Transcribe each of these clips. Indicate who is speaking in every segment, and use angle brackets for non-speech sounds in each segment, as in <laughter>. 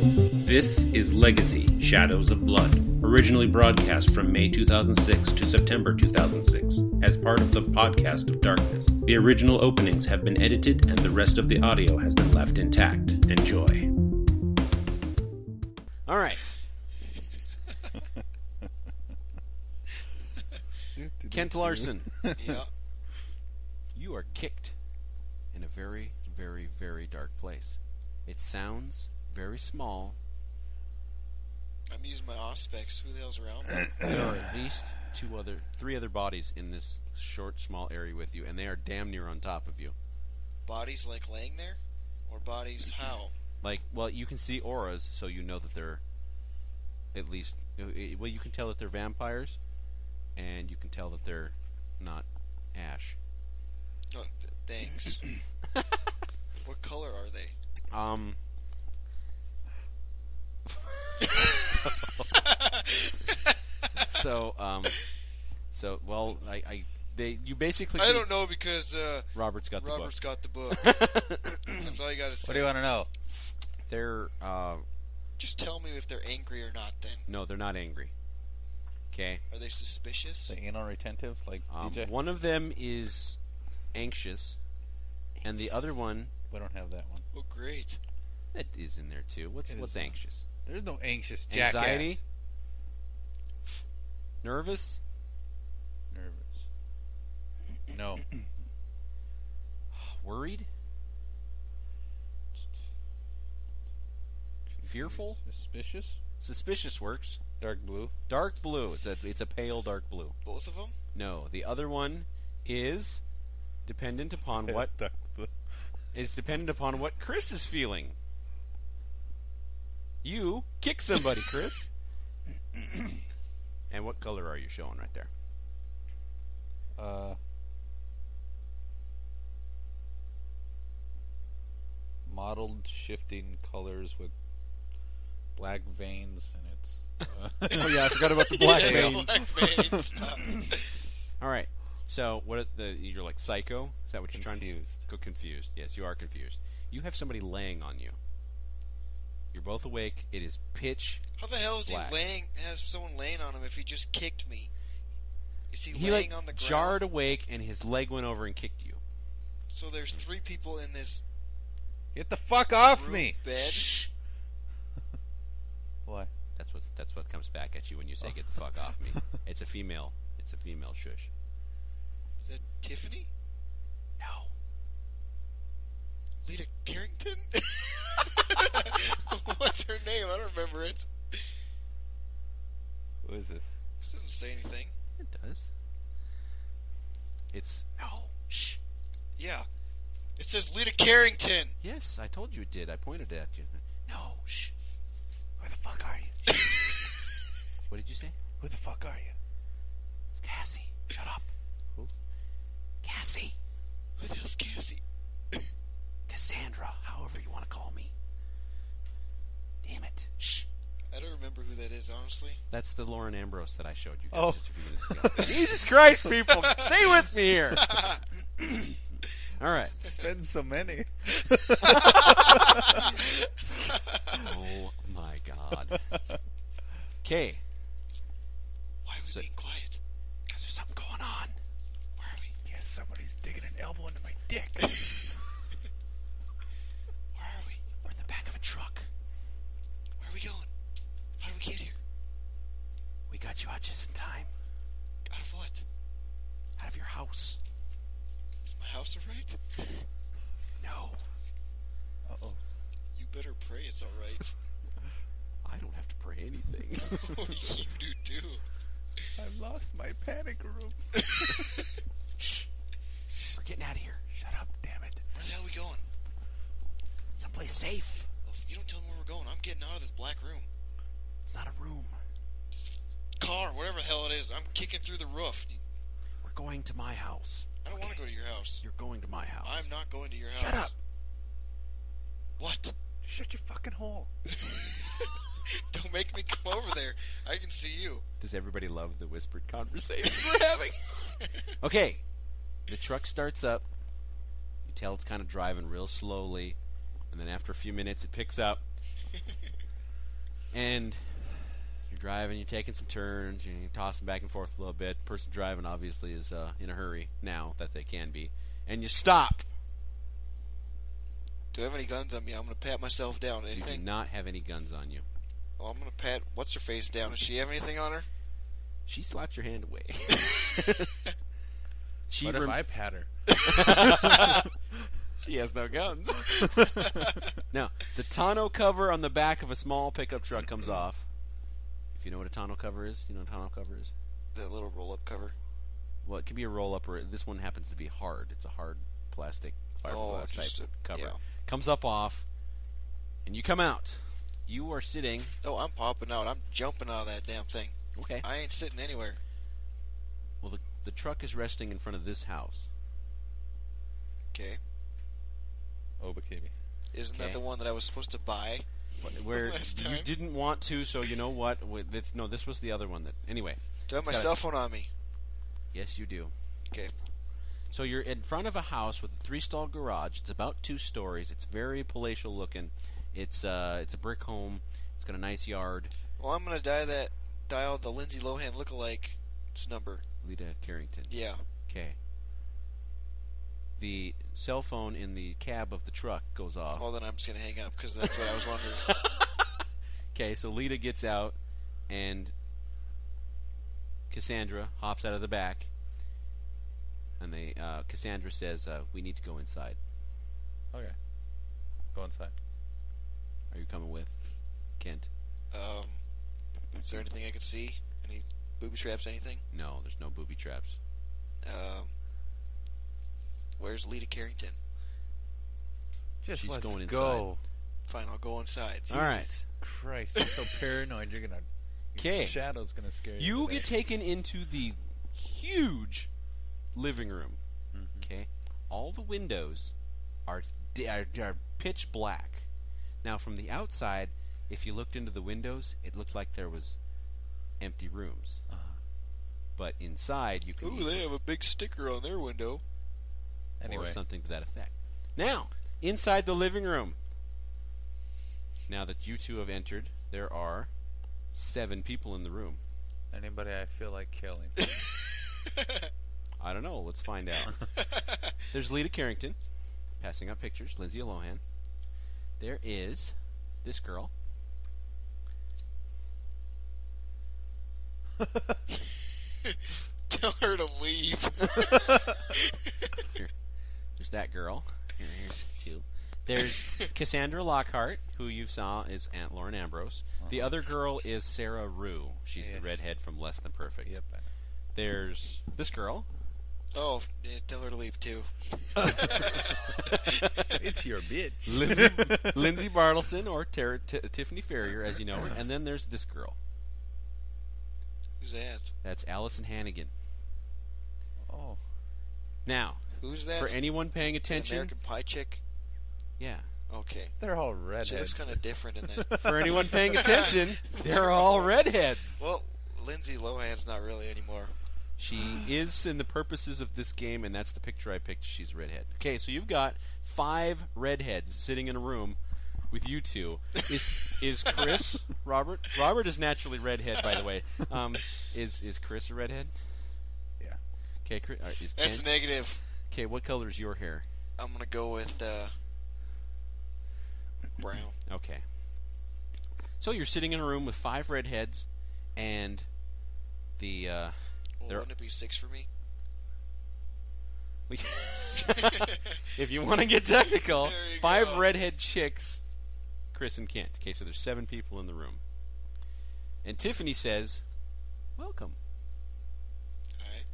Speaker 1: This is Legacy Shadows of Blood, originally broadcast from May 2006 to September 2006 as part of the podcast of Darkness. The original openings have been edited and the rest of the audio has been left intact. Enjoy. All right. Kent Larson,
Speaker 2: yeah.
Speaker 1: you are kicked in a very, very, very dark place. It sounds very small,
Speaker 2: I'm using my aspects. Who the hell's around? me?
Speaker 1: There are at least two other, three other bodies in this short, small area with you, and they are damn near on top of you.
Speaker 2: bodies like laying there, or bodies how?
Speaker 1: Like, well, you can see auras, so you know that they're at least. uh, Well, you can tell that they're vampires, and you can tell that they're not ash.
Speaker 2: Oh, th- thanks. what color are they?
Speaker 1: Um, so, um, so well, I, I they, you basically.
Speaker 2: I don't know because uh,
Speaker 1: Robert's got the book.
Speaker 2: Robert's got the book. That's all you gotta
Speaker 3: What
Speaker 2: say.
Speaker 3: do you want to know?
Speaker 1: They're uh,
Speaker 2: Just tell me if they're angry or not. Then
Speaker 1: no, they're not angry. Okay.
Speaker 2: are they suspicious?
Speaker 3: The anal retentive, like
Speaker 1: Um,
Speaker 3: DJ.
Speaker 1: one of them is anxious, and the other one
Speaker 3: We don't have that one.
Speaker 2: Oh, great.
Speaker 1: that is in there too. What's
Speaker 3: It is
Speaker 1: what's
Speaker 3: not.
Speaker 1: anxious?
Speaker 3: There's no anxious jackass.
Speaker 1: Anxiety? Nervous?
Speaker 3: Nervous. No.
Speaker 1: Worried? Fearful?
Speaker 3: Suspicious.
Speaker 1: Suspicious works.
Speaker 3: Dark blue.
Speaker 1: Dark blue. It's a it's a pale dark blue.
Speaker 2: Both of them?
Speaker 1: No, the other one is dependent upon what
Speaker 3: Dark blue.
Speaker 1: it's dependent upon what Chris is feeling. You kick somebody, Chris. and what color are you showing right there?
Speaker 3: Uh. Mottled shifting colors with black veins, and it's. oh yeah, I forgot about the
Speaker 2: Yeah, <laughs> black veins.
Speaker 1: All right. So what are the you're like psycho? Is that what you're trying
Speaker 3: Confused.
Speaker 1: to go confused? Yes, you are confused. You have somebody laying on you. You're both awake. It is pitch.
Speaker 2: How the hell is
Speaker 1: Black.
Speaker 2: he laying? Has someone laying on him if he just kicked me? Is he,
Speaker 1: He
Speaker 2: laying
Speaker 1: like
Speaker 2: on the ground?
Speaker 1: jarred awake and his leg went over and kicked you.
Speaker 2: So there's three people in this
Speaker 3: Get the fuck off
Speaker 2: room
Speaker 3: me!
Speaker 2: bed.
Speaker 1: Shh.
Speaker 3: Why?
Speaker 1: That's what that's what comes back at you when you say get the fuck off
Speaker 3: <laughs>
Speaker 1: me. It's a female. It's a female shush.
Speaker 2: Is that Tiffany?
Speaker 1: No.
Speaker 2: Lita Carrington? <laughs> What's her name? I don't remember it.
Speaker 3: Who is this?
Speaker 2: This doesn't say anything.
Speaker 1: It does. It's no. Shh.
Speaker 2: Yeah. It says Lita Carrington.
Speaker 1: Yes, I told you it did. I pointed it at you. No. Shh.
Speaker 3: Where the fuck are you?
Speaker 1: <laughs> What did you say?
Speaker 3: Who the fuck are you?
Speaker 1: It's Cassie. Shut up. Who? Cassie.
Speaker 2: Who the hell's Cassie?
Speaker 1: Cassandra. However you want to call me. Damn it. Shh.
Speaker 2: I don't remember who that is, honestly.
Speaker 1: That's the Lauren Ambrose that I showed you guys
Speaker 3: Oh.
Speaker 1: just a few minutes ago. <laughs> Jesus Christ, people. Stay with me here. <clears throat> All right.
Speaker 3: Spend so many.
Speaker 1: Oh, my God. Okay.
Speaker 2: Why are we
Speaker 1: So-
Speaker 2: being quiet?
Speaker 1: Because there's something going on.
Speaker 2: Where are we?
Speaker 3: Yes, somebody's digging an elbow into my dick.
Speaker 2: Where are we?
Speaker 1: We're in the back of a truck.
Speaker 2: Where are we going? How do we get here?
Speaker 1: We got you out just in time.
Speaker 2: Out of what?
Speaker 1: Out of your house.
Speaker 2: Is my house alright?
Speaker 1: No.
Speaker 3: Uh-oh.
Speaker 2: You better pray it's <laughs> alright.
Speaker 1: I don't have to pray anything.
Speaker 2: oh, you do too.
Speaker 3: I've lost my panic room.
Speaker 1: <laughs> We're getting out of here. Shut up, damn it.
Speaker 2: Where the hell are we going?
Speaker 1: Someplace safe.
Speaker 2: Well, if you don't tell me where we're going, I'm getting out of this black room.
Speaker 1: It's not a room.
Speaker 2: Car, whatever the hell it is, I'm kicking through the roof.
Speaker 1: We're going to my house.
Speaker 2: I don't want to go to your house.
Speaker 1: You're going to my house.
Speaker 2: I'm not going to your house.
Speaker 1: Shut up.
Speaker 2: What?
Speaker 3: Just shut your fucking hole.
Speaker 2: <laughs> Don't make me come over there. I can see you.
Speaker 1: Does everybody love the whispered conversation <laughs> we're having? okay. The truck starts up. You tell it's kind of driving real slowly. And then after a few minutes, it picks up. and you're driving, you're taking some turns, you're tossing back and forth a little bit. Person driving obviously is uh, in a hurry now that they can be, and you stop.
Speaker 2: Do I have any guns on me? I'm gonna pat myself down.
Speaker 1: You do
Speaker 2: Anything?
Speaker 1: not have any guns on you.
Speaker 2: Oh, I'm gonna pat. What's her face down? Does she have anything on her?
Speaker 1: She slaps your hand away. she
Speaker 3: What if
Speaker 1: rem-
Speaker 3: I pat her?
Speaker 1: <laughs> She has no guns. <laughs> now, the tonneau cover on the back of a small pickup truck comes off. If you know what a tonneau cover is, you know what a tonneau cover is?
Speaker 2: That little roll-up cover.
Speaker 1: Well, it can be a roll up, or this one happens to be hard. It's a hard plastic,
Speaker 2: Oh,
Speaker 1: fiberglass
Speaker 2: just
Speaker 1: type
Speaker 2: a-
Speaker 1: cover.
Speaker 2: yeah.
Speaker 1: Comes up off, and you come out. You are sitting.
Speaker 2: Oh, I'm popping out. I'm jumping out of that damn thing.
Speaker 1: Okay.
Speaker 2: I ain't sitting anywhere.
Speaker 1: Well, the, the truck is resting in front of this house.
Speaker 2: Okay.
Speaker 3: Obakimi.
Speaker 2: Isn't
Speaker 1: Okay.
Speaker 2: that the one that I was supposed to buy? <laughs>
Speaker 1: wh- Where
Speaker 2: Last
Speaker 1: you
Speaker 2: time.
Speaker 1: didn't want to, so you know what? Wait, that's- No, this was the other one. That anyway.
Speaker 2: Do I have my
Speaker 1: got a-
Speaker 2: cell phone on me?
Speaker 1: Yes, you do.
Speaker 2: Okay.
Speaker 1: So you're in front of a house with a three-stall garage. It's about two stories. It's very palatial looking. It's uh, it's a brick home. It's got a nice yard.
Speaker 2: Well, I'm gonna dial that dial the Lindsay Lohan lookalike it's number.
Speaker 1: Lita Carrington.
Speaker 2: Yeah.
Speaker 1: Okay. The cell phone in the cab of the truck goes off.
Speaker 2: Well, then I'm just gonna hang up because that's what I was wondering.
Speaker 1: Okay, so Lita gets out, and Cassandra hops out of the back, and they uh, Cassandra says, uh, "We need to go inside.
Speaker 3: Okay. Go inside.
Speaker 1: Are you coming with Kent?"
Speaker 2: um, is there anything I could see? Any booby traps? Anything?
Speaker 1: No, there's no booby traps.
Speaker 2: Um, where's Lita Carrington?
Speaker 3: Just
Speaker 1: She's
Speaker 3: let's
Speaker 1: going inside.
Speaker 3: go.
Speaker 2: Fine, I'll go inside.
Speaker 1: All right.
Speaker 3: Jesus Christ, <laughs> I'm so paranoid. You're gonna. your
Speaker 1: 'Kay.
Speaker 3: Shadow's gonna scare you.
Speaker 1: You
Speaker 3: today.
Speaker 1: get taken into the huge living room. Okay, all the windows are, d- are are pitch black. Now, from the outside, if you looked into the windows, it looked like there was empty rooms. But inside, you can
Speaker 2: Ooh,
Speaker 1: easily-
Speaker 2: they have a big sticker on their window. <laughs>
Speaker 1: or
Speaker 3: Anyway,
Speaker 1: something to that effect. Now, inside the living room. Now that you two have entered, there are seven people in the room.
Speaker 3: anybody I feel like killing.
Speaker 1: I don't know. Let's find out.
Speaker 3: <laughs>
Speaker 1: There's Lita Carrington, passing out pictures. Lindsay Lohan. There is this girl.
Speaker 2: Tell her to leave.
Speaker 1: There's that girl. Here- Here's two.
Speaker 3: <laughs>
Speaker 1: There's Cassandra Lockhart, who you saw is Aunt Lauren Ambrose. The other girl is Sarah Rue. She's the
Speaker 3: Uh-huh. Yes.
Speaker 1: redhead from Less Than Perfect.
Speaker 3: yep. I know.
Speaker 1: There's this girl.
Speaker 2: <laughs> oh, yeah, tell her to leave too.
Speaker 3: <laughs> It's your bitch.
Speaker 1: Lindsay, Lindsay Bartleson or Tara, T- Tiffany Ferrier, as you know her. And then there's this girl.
Speaker 2: Who's that?
Speaker 1: That's Allison Hannigan.
Speaker 3: Oh,
Speaker 1: Now,
Speaker 2: Who's that?
Speaker 1: for anyone paying attention,
Speaker 2: American Pie chick.
Speaker 1: yeah,
Speaker 2: Okay.
Speaker 3: they're all
Speaker 2: She looks
Speaker 3: redheads.
Speaker 2: kind of different in
Speaker 1: <laughs>
Speaker 2: that.
Speaker 1: for anyone paying attention, they're all redheads.
Speaker 2: well, Lindsay Lohan's not really anymore.
Speaker 1: She is in the purposes of this game, and that's the picture I picked. She's a redhead. Okay, so you've got five redheads sitting in a room with you two. Is is Chris Robert? Robert is naturally redhead, by the way. Um, is is Chris a redhead?
Speaker 3: Yeah.
Speaker 1: Okay, Chris, all right, is
Speaker 2: That's
Speaker 1: Ken,
Speaker 2: negative.
Speaker 1: okay. What color is your hair?
Speaker 2: I'm gonna go with uh, brown.
Speaker 1: Okay. So you're sitting in a room with five redheads, and the uh,
Speaker 2: Well,
Speaker 1: There-
Speaker 2: wouldn't it be six for me?
Speaker 1: We- <laughs> if you want to get technical,
Speaker 2: There you
Speaker 1: five
Speaker 2: go.
Speaker 1: redhead chicks, Chris and Kent. Okay, so there's seven people in the room. And Tiffany says, "Welcome."
Speaker 2: Alright.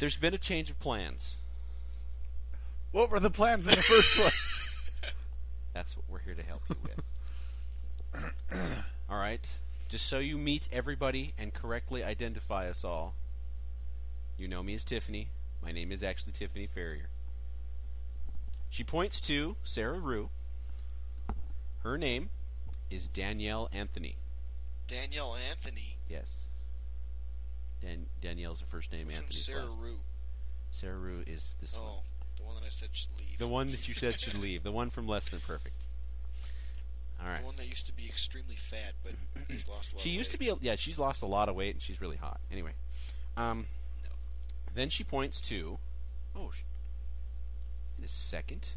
Speaker 1: There's been a change of plans.
Speaker 3: What were the plans in the first <laughs> place?
Speaker 1: That's what we're here to help you with. <coughs> all right. Just so you meet everybody and correctly identify us all. You know me as Tiffany. My name is actually Tiffany Ferrier. She points to Sarah Rue. Her name is Danielle Anthony.
Speaker 2: Danielle Anthony
Speaker 1: Yes. Dan- Danielle's her first name.
Speaker 2: from
Speaker 1: Anthony's
Speaker 2: Sarah
Speaker 1: last.
Speaker 2: Rue.
Speaker 1: Sarah Rue is this one.
Speaker 2: Oh, The one that I said should leave.
Speaker 1: The one that you said should leave. The one from Less Than Perfect. All right.
Speaker 2: The one that used to be extremely fat, but he's lost a lot
Speaker 1: She
Speaker 2: of
Speaker 1: used
Speaker 2: weight.
Speaker 1: to be, a, yeah, she's lost a lot of weight and she's really hot. Anyway, um,
Speaker 2: No.
Speaker 1: then she points to, oh, sh- in a second,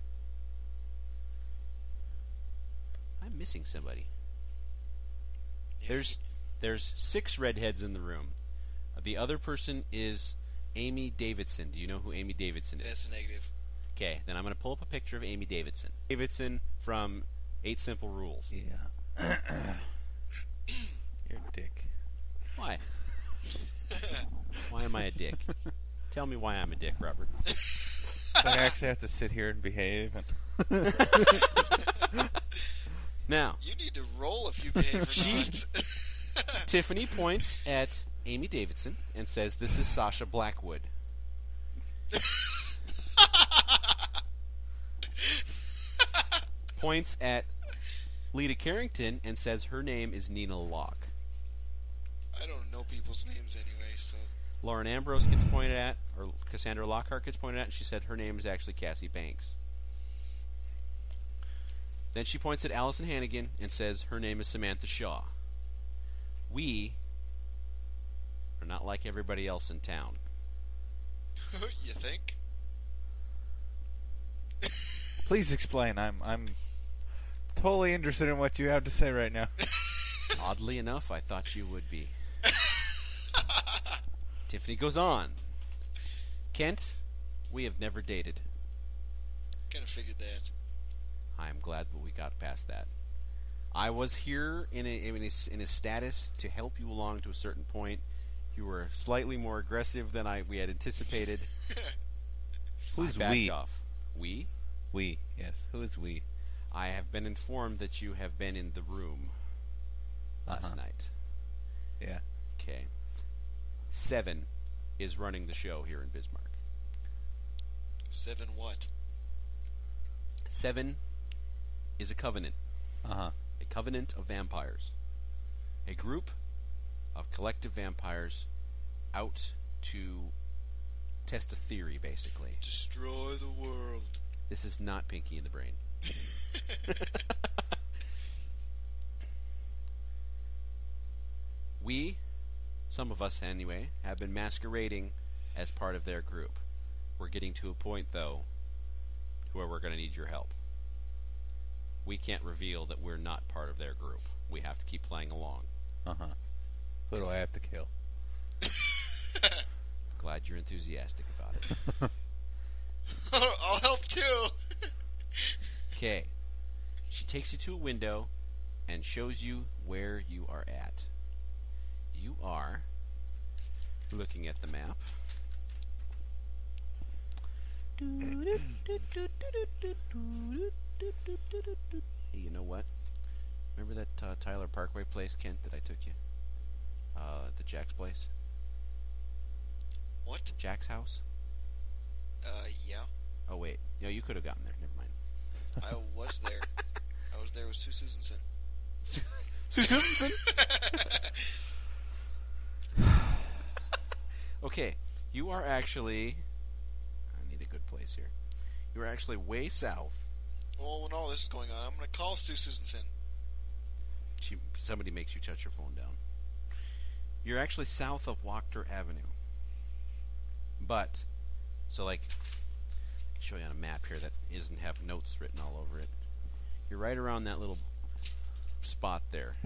Speaker 1: I'm missing somebody.
Speaker 2: Yeah,
Speaker 1: There's, there's six redheads in the room. Uh, The other person is Amy Davidson. Do you know who Amy Davidson is?
Speaker 2: That's a negative.
Speaker 1: Okay, then I'm going to pull up a picture of Amy Davidson. Davidson from Eight Simple Rules.
Speaker 3: Yeah. <coughs> You're a dick.
Speaker 1: Why? <laughs> why am I a dick? Tell me why I'm a dick, Robert.
Speaker 3: So I actually have to sit here and behave. And
Speaker 1: Now,
Speaker 2: You need to roll if you <laughs> behave.
Speaker 1: <laughs> She-
Speaker 2: Cheat.
Speaker 1: Tiffany points at Amy Davidson and says, This is Sasha Blackwood. points at Lita Carrington and says her name is Nina Locke.
Speaker 2: I don't know people's names anyway, so <laughs>
Speaker 1: Lauren Ambrose gets pointed at, or Cassandra Lockhart gets pointed at, and she said her name is actually Cassie Banks. Then she points at Allison Hannigan and says her name is Samantha Shaw. We are not like everybody else in town.
Speaker 2: you think?
Speaker 3: please explain. I'm I'm totally interested in what you have to say right <laughs> now.
Speaker 1: Oddly enough, I thought you would be. Tiffany goes on. Kent, we have never dated.
Speaker 2: Kind of figured that.
Speaker 1: I am glad that we got past that. I was here in a, in a in a status to help you along to a certain point. You were slightly more aggressive than I we had anticipated.
Speaker 3: Who's
Speaker 1: I backed
Speaker 3: we?
Speaker 1: off. We.
Speaker 3: We. Yes. Who is we?
Speaker 1: I have been informed that you have been in the room last
Speaker 3: Uh-huh.
Speaker 1: night.
Speaker 3: Yeah.
Speaker 1: Okay. Seven is running the show here in Bismarck.
Speaker 2: Seven what?
Speaker 1: Seven is a covenant.
Speaker 3: Uh huh.
Speaker 1: a covenant of vampires, a group of collective vampires out to test a theory, basically.
Speaker 2: Destroy the world. <laughs>
Speaker 1: This is not Pinky in the Brain. we, some of us anyway, have been masquerading as part of their group. We're getting to a point, though, where we're going to need your help. We can't reveal that we're not part of their group. We have to keep playing along.
Speaker 3: Uh huh. Who do I have to kill?
Speaker 1: Glad you're enthusiastic about it.
Speaker 2: I'll help too. <laughs>
Speaker 1: Okay. She takes you to a window and shows you where you are at. You are looking at the map. Hey, you know what? Remember that uh, Tyler Parkway place, Kent, that I took you? Uh, the Jack's place?
Speaker 2: What?
Speaker 1: Jack's house?
Speaker 2: Uh, yeah.
Speaker 1: Oh, wait. No, you could have gotten there. Never mind.
Speaker 2: I was there. I was there with Sue Susanson.
Speaker 1: Sue Susanson? okay, you are actually. I need a good place here. You are actually way south.
Speaker 2: <laughs> Well, when all this is going on, I'm gonna call Sue Susanson.
Speaker 1: She, somebody makes you touch your phone down. You're actually south of Wachter Avenue. But, so like, show you on a map here that isn't have notes written all over it. You're right around that little spot there.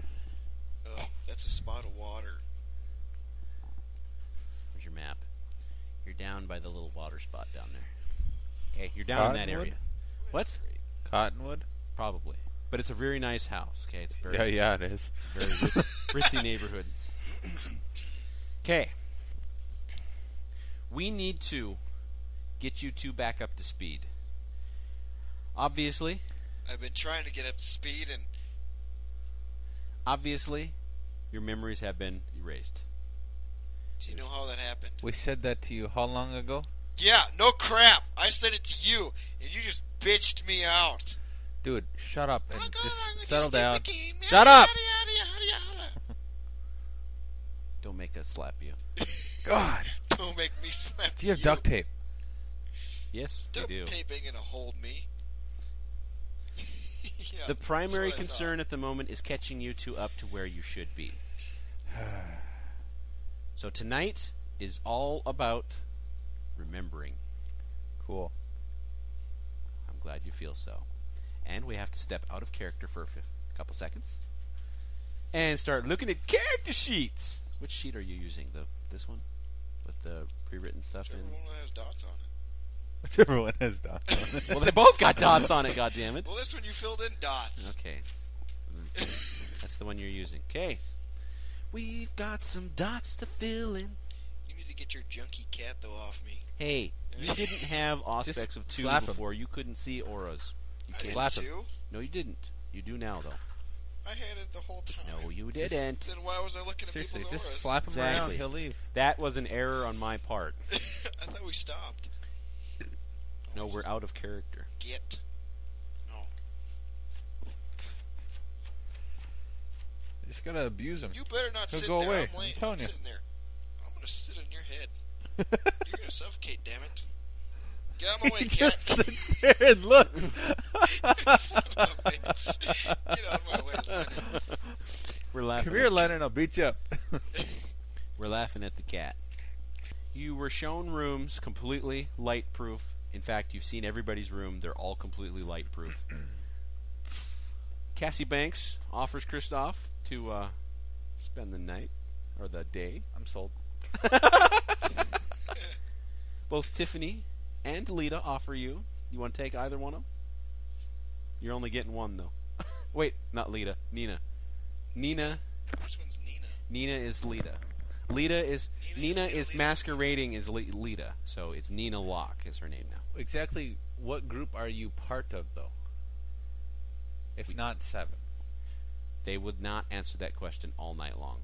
Speaker 2: Oh, that's a spot of water.
Speaker 1: Where's your map? You're down by the little water spot down there. Okay, you're down in that
Speaker 3: Cottonwood?
Speaker 1: area. What?
Speaker 2: Great.
Speaker 3: Cottonwood.
Speaker 1: Probably. But it's a very nice house. Okay, it's very
Speaker 3: Yeah, yeah, it is.
Speaker 1: very ritz-
Speaker 3: <laughs>
Speaker 1: ritzy neighborhood. Okay. We need to get you two back up to speed. Obviously,
Speaker 2: I've been trying to get up to speed, and
Speaker 1: obviously, your memories have been erased.
Speaker 2: do you know how that happened?
Speaker 3: We said that to you how long ago?
Speaker 2: Yeah, no crap. I said it to you, and you just bitched me out.
Speaker 3: Dude, shut up and
Speaker 2: Oh, God, I'm
Speaker 3: just
Speaker 2: just
Speaker 3: settle
Speaker 2: in
Speaker 3: down.
Speaker 2: the game.
Speaker 3: Shut
Speaker 2: Yada,
Speaker 3: up!
Speaker 2: yada, yada, yada, yada.
Speaker 1: Don't make us slap you.
Speaker 3: God,
Speaker 2: Don't make me slap
Speaker 3: do you have duct tape?
Speaker 1: Yes,
Speaker 2: They're
Speaker 1: they do.
Speaker 2: taping gonna hold me. <laughs> yeah,
Speaker 1: The primary
Speaker 2: that's what I thought.
Speaker 1: concern at the moment is catching you two up to where you should
Speaker 3: <sighs>
Speaker 1: be. so tonight is all about remembering.
Speaker 3: Cool.
Speaker 1: I'm glad you feel so. And we have to step out of character for a fif- couple seconds and start looking at character sheets. Which sheet are you using? The this one with the pre-written stuff in.
Speaker 2: Everyone that has dots on it.
Speaker 3: <laughs> Whichever one has done.
Speaker 1: Well, they both got dots on it. God damn it.
Speaker 2: Well, this one you filled in dots.
Speaker 1: Okay. That's the one you're using. Okay. We've got some dots to fill in.
Speaker 2: You need to get your junky cat though off me.
Speaker 1: Hey, you didn't have aspects of two
Speaker 3: slap 'em.
Speaker 1: before. You couldn't see auras. You
Speaker 2: I
Speaker 1: can't.
Speaker 2: had
Speaker 3: slap him.
Speaker 2: two.
Speaker 1: No, you didn't. You do now, though.
Speaker 2: I had it the whole time.
Speaker 1: No, you didn't.
Speaker 2: Then why was I looking at
Speaker 3: Seriously,
Speaker 2: people's
Speaker 3: just
Speaker 2: auras? <laughs>
Speaker 3: slap him around.
Speaker 1: Exactly.
Speaker 3: He'll leave.
Speaker 1: That was an error on my part.
Speaker 2: I thought we stopped.
Speaker 1: No, we're out of character.
Speaker 2: Get. No.
Speaker 3: You just gotta abuse him.
Speaker 2: You better not
Speaker 3: He'll
Speaker 2: sit
Speaker 3: go
Speaker 2: there.
Speaker 3: away.
Speaker 2: I'm
Speaker 3: I'm
Speaker 2: laying.
Speaker 3: telling you.
Speaker 2: sitting there. I'm gonna sit on your
Speaker 3: <laughs>
Speaker 2: head. You're gonna suffocate, damn it. Get
Speaker 3: <laughs>
Speaker 2: out of my way, cat. <laughs>
Speaker 3: <laughs> just sits there and <laughs> looks.
Speaker 2: Son of a bitch. Get out of my way,
Speaker 3: <laughs>
Speaker 2: Lennon.
Speaker 1: We're laughing.
Speaker 3: Come here, Lennon. I'll beat you up. <laughs>
Speaker 1: We're laughing at the cat. You were shown rooms completely light proof. In fact, you've seen everybody's room. They're all completely light proof. Cassie Banks offers Kristoff to uh, spend the night or the day.
Speaker 3: I'm sold.
Speaker 1: Both Tiffany and Lita offer you. You want to take either one of them? You're only getting one, though. <laughs> Wait, not Lita. Nina. Nina.
Speaker 2: Which one's Nina?
Speaker 1: Nina is Lita. Lita is
Speaker 2: Nina is
Speaker 1: Nina
Speaker 2: Lita,
Speaker 1: is
Speaker 2: Lita.
Speaker 1: masquerading as Li- Lita, so it's Nina Locke is her name now.
Speaker 3: Exactly what group are you part of, though? If not seven.
Speaker 1: They would not answer that question all night long.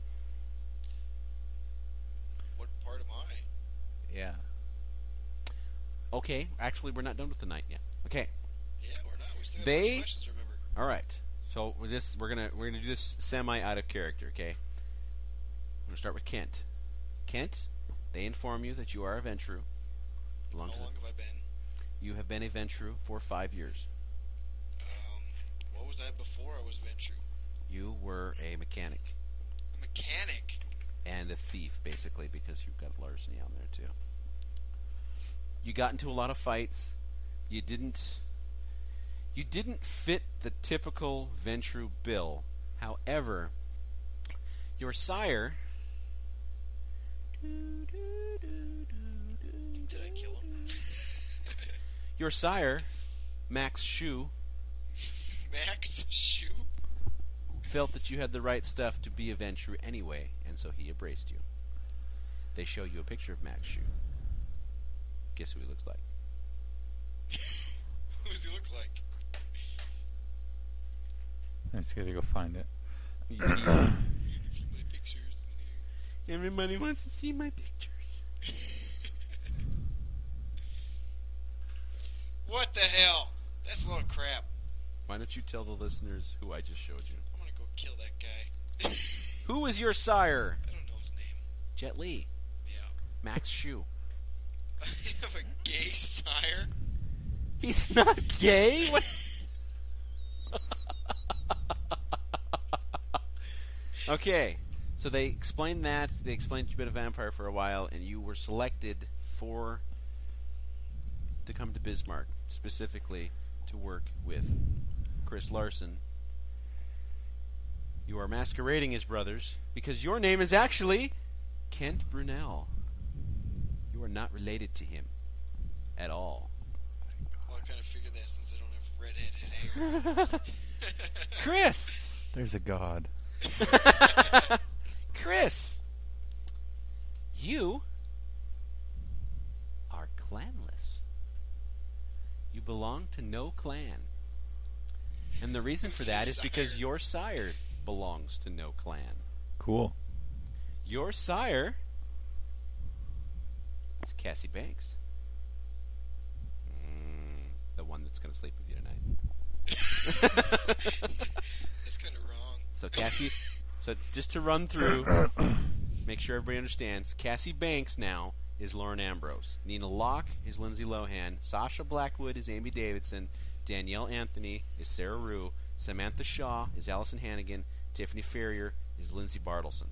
Speaker 2: What part am I?
Speaker 3: Yeah.
Speaker 1: Okay, actually, we're not done with the night yet. Okay,
Speaker 2: Yeah, we're not. We still got
Speaker 1: They-
Speaker 2: those questions, remember.
Speaker 1: all right. So we're this we're gonna we're gonna do this semi out of character. Okay, we're gonna start with Kent. Kent, they inform you that you are a Ventru. Belong to
Speaker 2: How
Speaker 1: the-
Speaker 2: long have I been?
Speaker 1: you have been a Ventru for five years.
Speaker 2: Um, what was I before I was Venture?
Speaker 1: You were a mechanic
Speaker 2: A mechanic.
Speaker 1: and a thief, basically, because you've got larceny on there too. You got into a lot of fights. You didn't. You didn't fit the typical Ventru bill. However, your sire.
Speaker 2: Did I kill him? <laughs>
Speaker 1: Your sire, Max Shu,
Speaker 2: Max Shoe?
Speaker 1: felt that you had the right stuff to be a Ventru anyway, and so he embraced you. They show you a picture of Max Shu. Guess who he looks like?
Speaker 2: What does he look like?
Speaker 3: I just gotta go find it.
Speaker 2: Dude, if you my pictures.
Speaker 1: Everybody wants to see my pictures.
Speaker 2: What the hell? That's a lot of crap.
Speaker 1: Why don't you tell the listeners who I just showed you?
Speaker 2: I'm gonna go kill that guy.
Speaker 1: Who is your sire?
Speaker 2: I don't know his name.
Speaker 1: Jet Li.
Speaker 2: Yeah. <laughs>
Speaker 1: Max Shu.
Speaker 2: I have a gay sire.
Speaker 1: He's not gay? What? okay. So they explained that. They explained you've been a vampire for a while, and you were selected for. to come to Bismarck, specifically to work with Chris Larson. You are masquerading as brothers because your name is actually Kent Brunel. You are not related to him at all.
Speaker 2: Well, I kind of figured that since I don't have redheaded hair.
Speaker 1: Chris!
Speaker 3: <coughs> There's a god.
Speaker 1: Chris! You are clanless. You belong to no clan. And the reason for that is because your sire belongs to no clan.
Speaker 3: Cool.
Speaker 1: Your sire is Cassie Banks. Mm, the one that's going to sleep with you tonight.
Speaker 2: That's kind of wrong.
Speaker 1: So Cassie, so just to run through, make sure everybody understands, Cassie Banks now is Lauren Ambrose. Nina Locke is Lindsay Lohan. Sasha Blackwood is Amy Davidson. Danielle Anthony is Sarah Rue. Samantha Shaw is Allison Hannigan. Tiffany Ferrier is Lindsay Bartleson.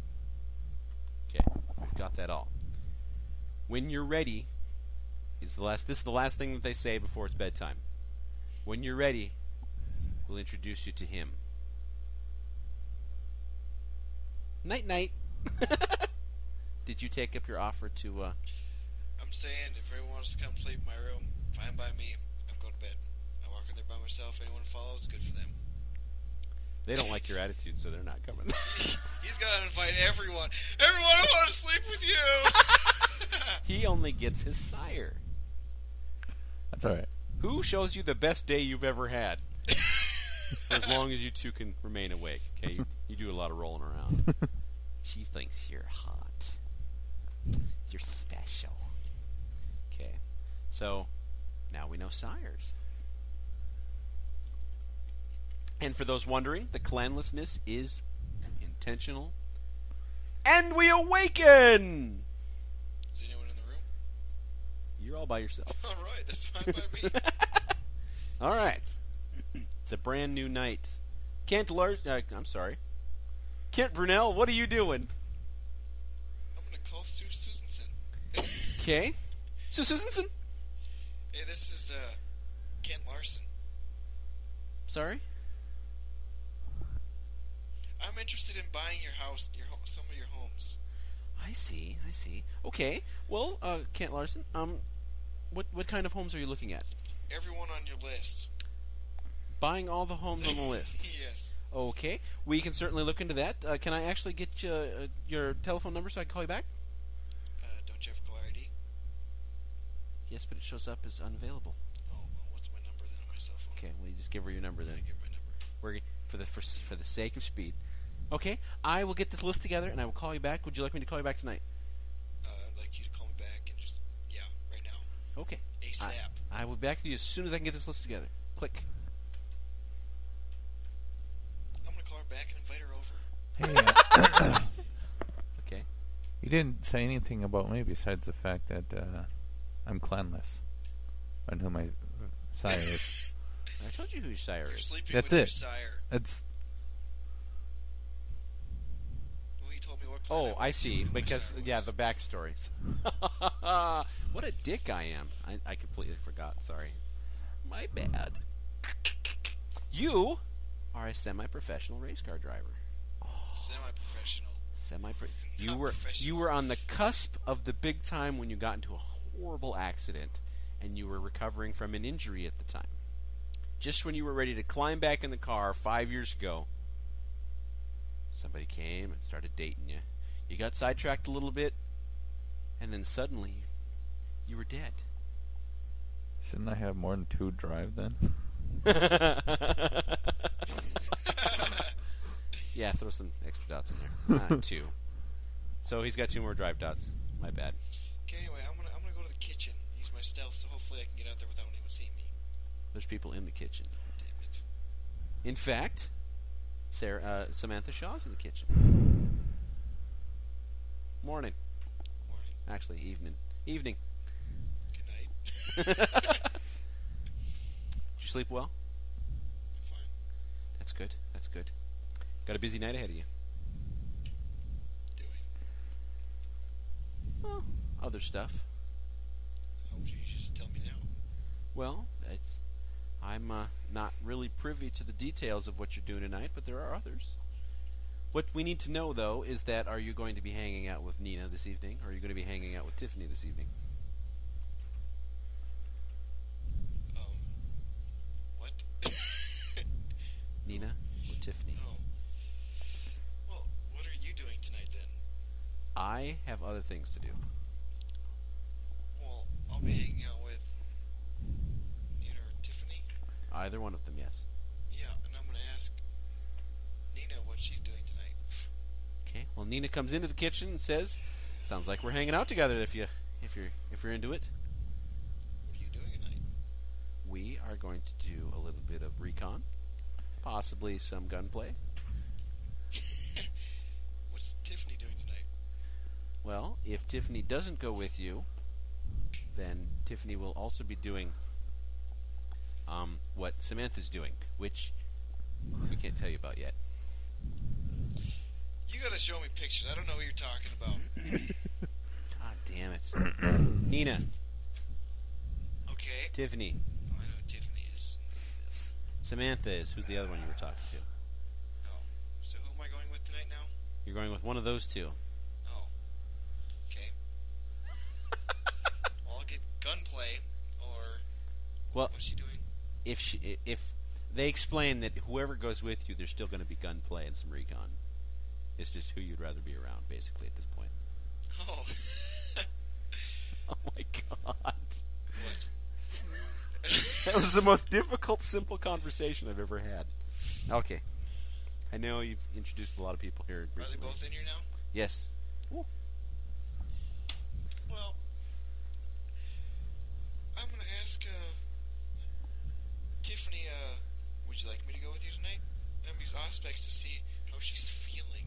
Speaker 1: Okay, we've got that all. When you're ready, is the last. This is the last thing that they say before it's bedtime. When you're ready, we'll introduce you to him. Night night. <laughs> Did you take up your offer to? Uh,
Speaker 2: I'm saying if everyone wants to come sleep in my room, fine by me. I'm going to bed. I walk in there by myself. Anyone follows, good for them.
Speaker 1: they don't like your attitude, so they're not coming.
Speaker 2: He's got to invite everyone. Everyone, I want to sleep with you.
Speaker 1: <laughs> he only gets his sire.
Speaker 4: That's all right.
Speaker 3: <laughs>
Speaker 1: Who shows you the best day you've ever had? For as long as you two can remain awake. Okay, you, you do a lot of rolling around. <laughs> she thinks you're hot. You're special. Okay, so now we know sires. And for those wondering, the clanlessness is intentional. And we awaken.
Speaker 2: <laughs> Is anyone in the room?
Speaker 1: You're all by yourself.
Speaker 2: All right, that's fine by me.
Speaker 1: All right. It's a brand new night. Kent Lar- uh, I'm sorry. Kent Brunel, what are you doing?
Speaker 2: I'm going to call Sue Susanson.
Speaker 1: Okay. So Susanson?
Speaker 2: Hey, this is uh, Kent Larson.
Speaker 1: Sorry?
Speaker 2: I'm interested in buying your house, your ho- some of your homes.
Speaker 1: I see, I see. Okay. Well, uh, Kent Larson, um what what kind of homes are you looking at?
Speaker 2: Everyone on your list.
Speaker 1: Buying all the homes on the list.
Speaker 2: <laughs> yes.
Speaker 1: Okay. We can certainly look into that. Uh, can I actually get you, uh, your telephone number so I can call you back?
Speaker 2: Uh, don't you have caller ID?
Speaker 1: Yes, but it shows up as unavailable.
Speaker 2: Oh, well, what's my number then on my cell phone?
Speaker 1: Okay, well, you just give her your number
Speaker 2: I
Speaker 1: then.
Speaker 2: give my number.
Speaker 1: We're g- for the for, s- for the sake of speed. Okay, I will get this list together and I will call you back. Would you like me to call you back tonight?
Speaker 2: Uh, I'd like you to call me back and just, yeah, right now.
Speaker 1: Okay.
Speaker 2: ASAP.
Speaker 1: I will be back to you as soon as I can get this list together. Click.
Speaker 2: I'm going to call her back and invite her over.
Speaker 4: Hey, uh,
Speaker 1: Okay.
Speaker 4: you didn't say anything about me besides the fact that uh, I'm clanless, on who my uh, sire is.
Speaker 1: I told you who your sire
Speaker 2: You're
Speaker 1: is.
Speaker 2: sleeping
Speaker 4: That's
Speaker 2: with your
Speaker 4: it.
Speaker 2: sire.
Speaker 4: That's
Speaker 2: Well, you told me what clan
Speaker 1: Oh, I
Speaker 2: was,
Speaker 1: see.
Speaker 2: what my
Speaker 1: Because
Speaker 2: sire was.
Speaker 1: yeah, the backstories. <laughs> what a dick I am. I, I completely forgot. Sorry. My bad. You are a semi-professional race car driver.
Speaker 2: semi-professional.
Speaker 1: semi pro you
Speaker 2: Not
Speaker 1: were
Speaker 2: professional.
Speaker 1: you were on the cusp of the big time when you got into a horrible accident and you were recovering from an injury at the time just when you were ready to climb back in the car 5 years ago somebody came and started dating you you got sidetracked a little bit and then suddenly you were
Speaker 2: <laughs>
Speaker 1: dead <laughs>
Speaker 4: shouldn't I have more than two drive then?
Speaker 1: yeah, throw some extra dots in there. Uh, two. So he's got two more drive dots. My bad.
Speaker 2: Okay, anyway, I'm gonna I'm gonna go to the kitchen, use my stealth, so hopefully I can get out there without anyone seeing me.
Speaker 1: There's people in the kitchen.
Speaker 2: Damn it.
Speaker 1: In fact, Sarah, uh, Samantha Shaw's in the kitchen. Morning,
Speaker 2: Morning.
Speaker 1: actually, evening, evening.
Speaker 2: Good night.
Speaker 1: Did you sleep well?
Speaker 2: I'm fine.
Speaker 1: That's good. That's good. Got a busy night ahead of you.
Speaker 2: Doing.
Speaker 1: Well, other stuff.
Speaker 2: How would you just tell me now?
Speaker 1: Well, it's, I'm uh, not really privy to the details of what you're doing tonight, but there are others. What we need to know, though, is that are you going to be hanging out with Nina this evening, or are you going to be hanging out with Tiffany this evening?
Speaker 2: Um. What? <laughs>
Speaker 1: Nina or Tiffany?
Speaker 2: no. Well, what are you doing tonight then?
Speaker 1: I have other things to do.
Speaker 2: Well, I'll be hanging out with Nina or Tiffany.
Speaker 1: Either one of them, yes.
Speaker 2: Yeah, and I'm gonna ask Nina what she's doing tonight.
Speaker 1: Okay. Well, Nina comes into the kitchen and says, "Sounds like we're hanging out together. If you, if you're, if you're into it,
Speaker 2: What are you doing tonight?
Speaker 1: we are going to do a little bit of recon, possibly some gunplay.
Speaker 2: What's Tiffany doing tonight?
Speaker 1: Well, if Tiffany doesn't go with you, then Tiffany will also be doing um, what Samantha's doing, which we can't tell you about yet.
Speaker 2: You gotta show me pictures. I don't know what you're talking about.
Speaker 1: God damn it. <coughs> Nina,
Speaker 2: Okay.
Speaker 1: Tiffany,
Speaker 2: Oh, I know who Tiffany is.
Speaker 1: Samantha is who the other one you were talking to.
Speaker 2: Oh. So who am I going with tonight now?
Speaker 1: You're going with one of those two.
Speaker 2: Oh. Okay. <laughs> well, I'll get gunplay, or
Speaker 1: Well,
Speaker 2: what's she doing?
Speaker 1: if she, if they explain that whoever goes with you, there's still going to be gunplay and some recon. It's just who you'd rather be around, basically, at this point. <laughs>
Speaker 2: Oh. <laughs>
Speaker 1: Oh my god.
Speaker 2: what?
Speaker 1: That was the most difficult, simple conversation I've ever had. Okay. I know you've introduced a lot of people here
Speaker 2: Are they
Speaker 1: recently.
Speaker 2: both in here now?
Speaker 1: Yes.
Speaker 2: Well, I'm gonna ask uh, Tiffany. Uh, would you like me to go with you tonight? I'm gonna use aspects to see how she's feeling.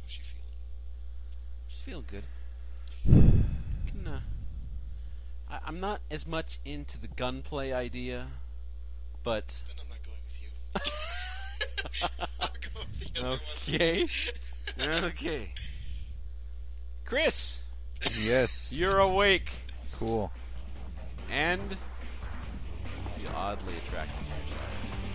Speaker 2: How's she feeling?
Speaker 1: She's feeling good. Can, uh, I, I'm not as much into the gunplay idea, but
Speaker 2: Then I'm not going with you. <laughs> I'll go with the other
Speaker 1: okay, <laughs> okay. Chris,
Speaker 4: Yes.
Speaker 1: you're awake
Speaker 4: Cool.
Speaker 1: and feel oddly attracted to your shadow.